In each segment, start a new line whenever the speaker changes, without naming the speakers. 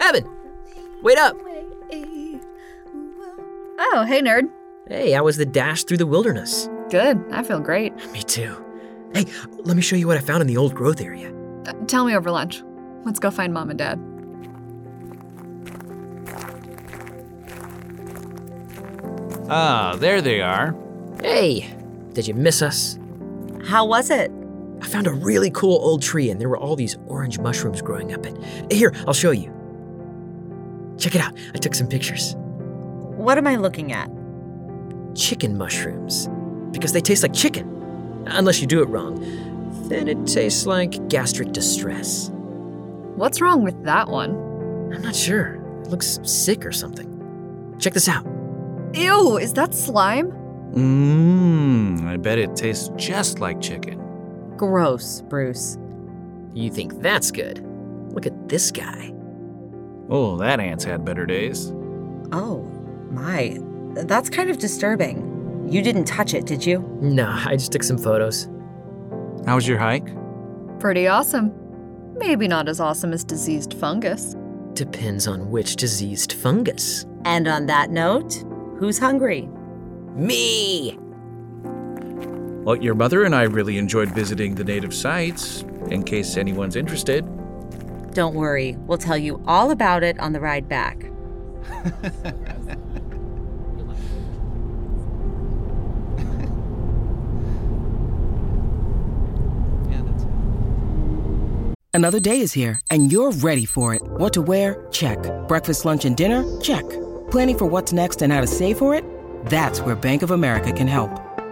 Evan, wait up.
Oh, hey, nerd.
Hey, I was the dash through the wilderness.
Good. I feel great.
Me too. Hey, let me show you what I found in the old growth area.
Uh, tell me over lunch. Let's go find mom and dad.
Ah, there they are.
Hey, did you miss us?
How was it?
I found a really cool old tree and there were all these orange mushrooms growing up it. Here, I'll show you. Check it out. I took some pictures.
What am I looking at?
Chicken mushrooms. Because they taste like chicken. Unless you do it wrong. Then it tastes like gastric distress.
What's wrong with that one?
I'm not sure. It looks sick or something. Check this out.
Ew, is that slime?
Mmm, I bet it tastes just like chicken.
Gross, Bruce.
You think that's good? Look at this guy.
Oh, that ant's had better days.
Oh, my. That's kind of disturbing. You didn't touch it, did you?
No, I just took some photos.
How was your hike?
Pretty awesome. Maybe not as awesome as diseased fungus.
Depends on which diseased fungus.
And on that note, who's hungry?
Me!
Well, your mother and I really enjoyed visiting the native sites, in case anyone's interested.
Don't worry, we'll tell you all about it on the ride back.
Another day is here, and you're ready for it. What to wear? Check. Breakfast, lunch, and dinner? Check. Planning for what's next and how to save for it? That's where Bank of America can help.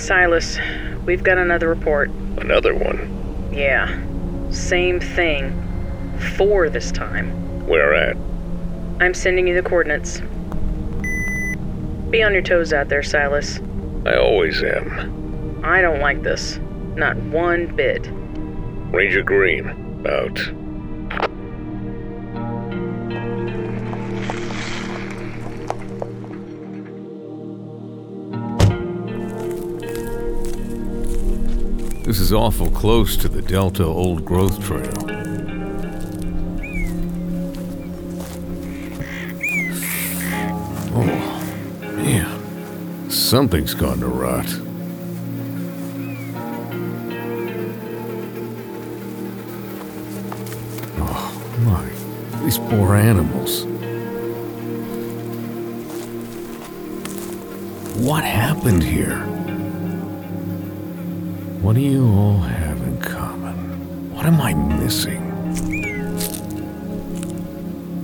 Silas, we've got another report.
Another one.
Yeah, same thing. Four this time.
Where at?
I'm sending you the coordinates. Be on your toes out there, Silas.
I always am.
I don't like this. Not one bit.
Ranger Green, out.
This is awful close to the Delta Old Growth Trail. Oh, man. Something's gone to rot. Oh, my. These poor animals. What happened here? What do you all have in common? What am I missing?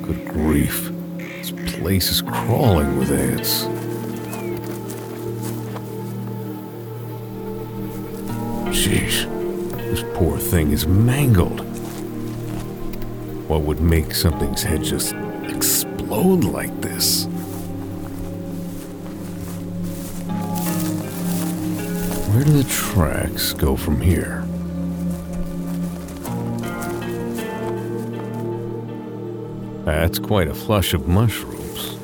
Good grief. This place is crawling with ants. Jeez, this poor thing is mangled. What would make something's head just explode like this? Where do the tracks go from here? That's quite a flush of mushrooms.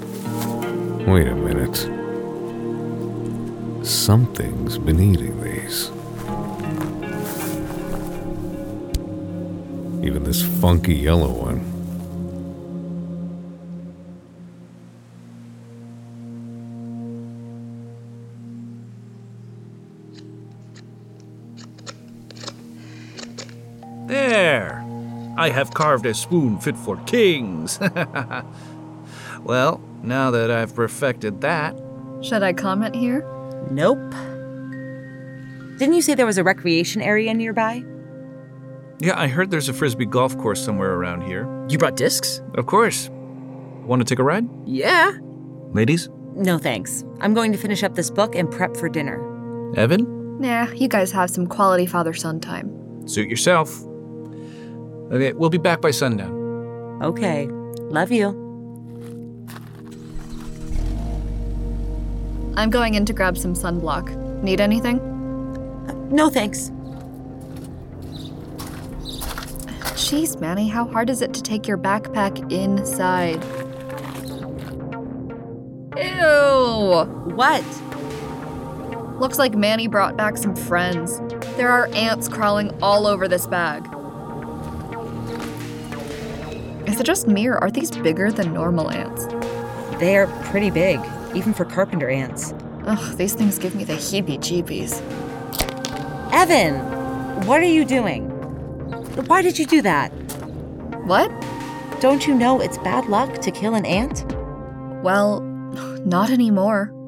Wait a minute. Something's been eating these. Even this funky yellow one.
There! I have carved a spoon fit for kings. well, now that I've perfected that,
Should I comment here?
Nope. Didn't you say there was a recreation area nearby?
yeah, I heard there's a frisbee golf course somewhere around here.
You brought discs?
Of course. Want to take a ride?
Yeah.
Ladies?
No thanks. I'm going to finish up this book and prep for dinner.
Evan?
Nah, you guys have some quality father son time.
Suit yourself. Okay, we'll be back by sundown.
Okay. Love you.
I'm going in to grab some sunblock. Need anything?
No thanks.
Jeez, Manny, how hard is it to take your backpack inside? Ew!
What?
Looks like Manny brought back some friends. There are ants crawling all over this bag. Is it just me, or are these bigger than normal ants?
They are pretty big, even for carpenter ants.
Ugh, these things give me the heebie jeebies.
Evan, what are you doing? Why did you do that?
What?
Don't you know it's bad luck to kill an ant?
Well, not anymore.